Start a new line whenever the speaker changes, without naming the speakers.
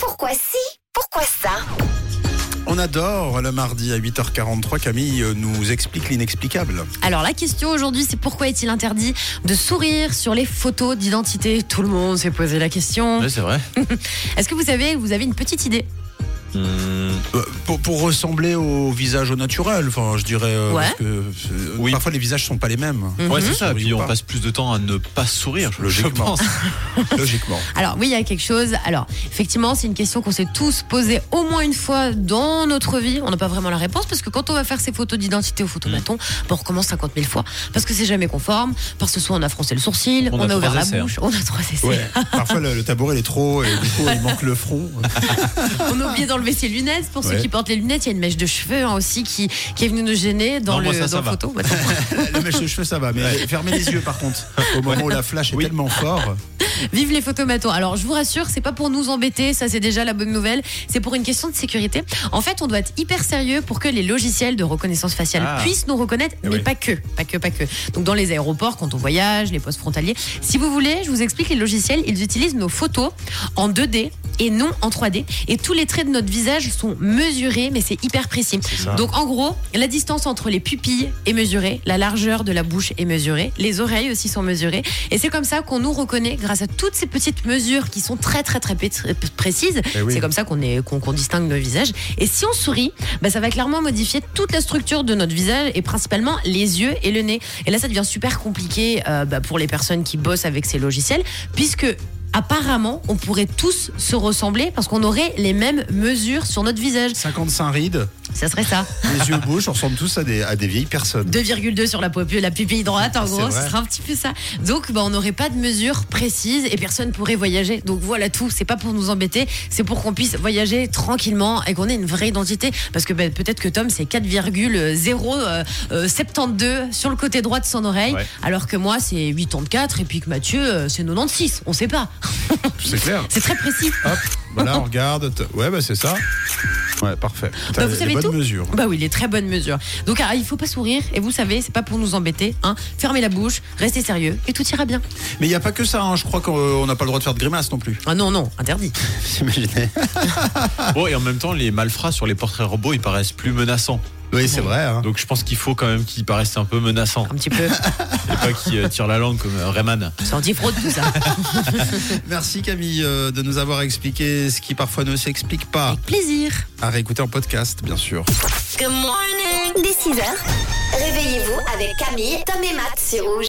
Pourquoi si Pourquoi ça
On adore le mardi à 8h43. Camille euh, nous explique l'inexplicable.
Alors la question aujourd'hui, c'est pourquoi est-il interdit de sourire sur les photos d'identité Tout le monde s'est posé la question.
Oui, c'est vrai.
Est-ce que vous savez, vous avez une petite idée
Euh, Pour, pour ressembler au visage au naturel, enfin, je dirais. euh,
Ouais.
parce que, euh,
Oui.
Parfois, les visages sont pas les mêmes. hein.
Ouais, c'est ça.
Sourions
Et puis on
pas.
passe plus de temps à ne pas sourire, je- je
Logiquement.
pense.
Logiquement.
Alors oui, il y a quelque chose. Alors effectivement, c'est une question qu'on s'est tous posée au moins une fois dans notre vie. On n'a pas vraiment la réponse parce que quand on va faire ses photos d'identité ou photos bâton,
Mm.
bon, on recommence 50 000 fois parce que c'est jamais conforme, parce que soit on a froncé le sourcil,
On
on,
a
a,
trois
ouvert la
essais, hein.
bouche, on a trois essais,
Ouais. Parfois, le, le tabouret il est trop et du coup, il manque le front.
on a oublié d'enlever ses lunettes. Pour
Ouais.
ceux qui portent les lunettes, il y a une mèche de cheveux hein, aussi qui, qui est venue nous gêner dans
Non, moi,
le
ça, ça
dans la
va.
photo. Bah,
le mèche de cheveux, ça va. Mais fermez les yeux, par contre. Au moment où la flash est tellement fort.
Vive les photomatons. Alors, je vous rassure, c'est pas pour nous embêter, ça c'est déjà la bonne nouvelle. C'est pour une question de sécurité. En fait, on doit être hyper sérieux pour que les logiciels de reconnaissance faciale
Ah.
puissent nous reconnaître, mais
oui.
pas que, pas que, pas que. Donc, dans les aéroports, quand on voyage, les postes frontaliers. Si vous voulez, je vous explique, les logiciels, ils utilisent nos photos en 2D et non en 3D. Et tous les traits de notre visage sont mesurés, mais c'est hyper précis.
ça.
Donc, en gros, la distance entre les pupilles est mesurée, la largeur de la bouche est mesurée, les oreilles aussi sont mesurées. Et c'est comme ça qu'on nous reconnaît grâce à toutes ces petites mesures qui sont très très très pé- très précises.
Eh oui.
C'est comme ça qu'on est qu'on qu'on distingue nos visages. Et si on sourit, bah, ça va clairement modifier toute la structure de notre visage et principalement les yeux et le nez. Et là, ça devient super compliqué euh, bah, pour les personnes qui bossent avec ces logiciels, puisque apparemment, on pourrait tous se ressembler parce qu'on aurait les mêmes mesures sur notre visage.
55 rides,
Ça serait ça.
les yeux bouches, on ressemble tous à des, à des vieilles personnes.
2,2 sur la, popu- la pupille droite, en
C'est
gros, ce
vrai.
sera un petit peu ça. Donc, bah, on n'aurait pas de mesure précise et personne pourrait voyager. Donc voilà tout. C'est pas pour nous embêter, c'est pour qu'on puisse voyager tranquillement et qu'on ait une vraie identité. Parce que bah, peut-être que Tom, c'est 4,072 euh, sur le côté droit de son oreille,
Ouais.
alors que moi, c'est 84 et puis que Mathieu, euh, c'est 96. On sait pas.
C'est clair.
C'est très précis.
Hop, voilà, on regarde. T- Ouais, bah c'est ça. Ouais, parfait. T'as
Bah, vous
les
savez
bonnes
tout
mesures.
Bah oui, les très bonnes mesures. Donc ah, il faut pas sourire et vous savez, c'est pas pour nous embêter. Hein. Fermez la bouche, restez sérieux et tout ira bien.
Mais il n'y a pas que ça, hein. je crois qu'on on n'a pas le droit de faire de grimaces non plus.
Ah non, non, interdit.
J'imaginais.
Bon, et en même temps, les malfrats sur les portraits robots, ils paraissent plus menaçants.
Oui, c'est vrai. hein.
Donc je pense qu'il faut quand même qu'ils paraissent un peu menaçants.
Un petit peu.
Et pas qu'ils euh, tirent la langue comme euh, Rayman.
C'est anti-fraude tout ça.
Merci Camille euh, de nous avoir expliqué ce qui parfois ne s'explique pas.
Avec plaisir.
À réécouter en podcast, bien sûr.
Dès 6h, réveillez-vous avec Camille, Tom et Matt sur Rouge.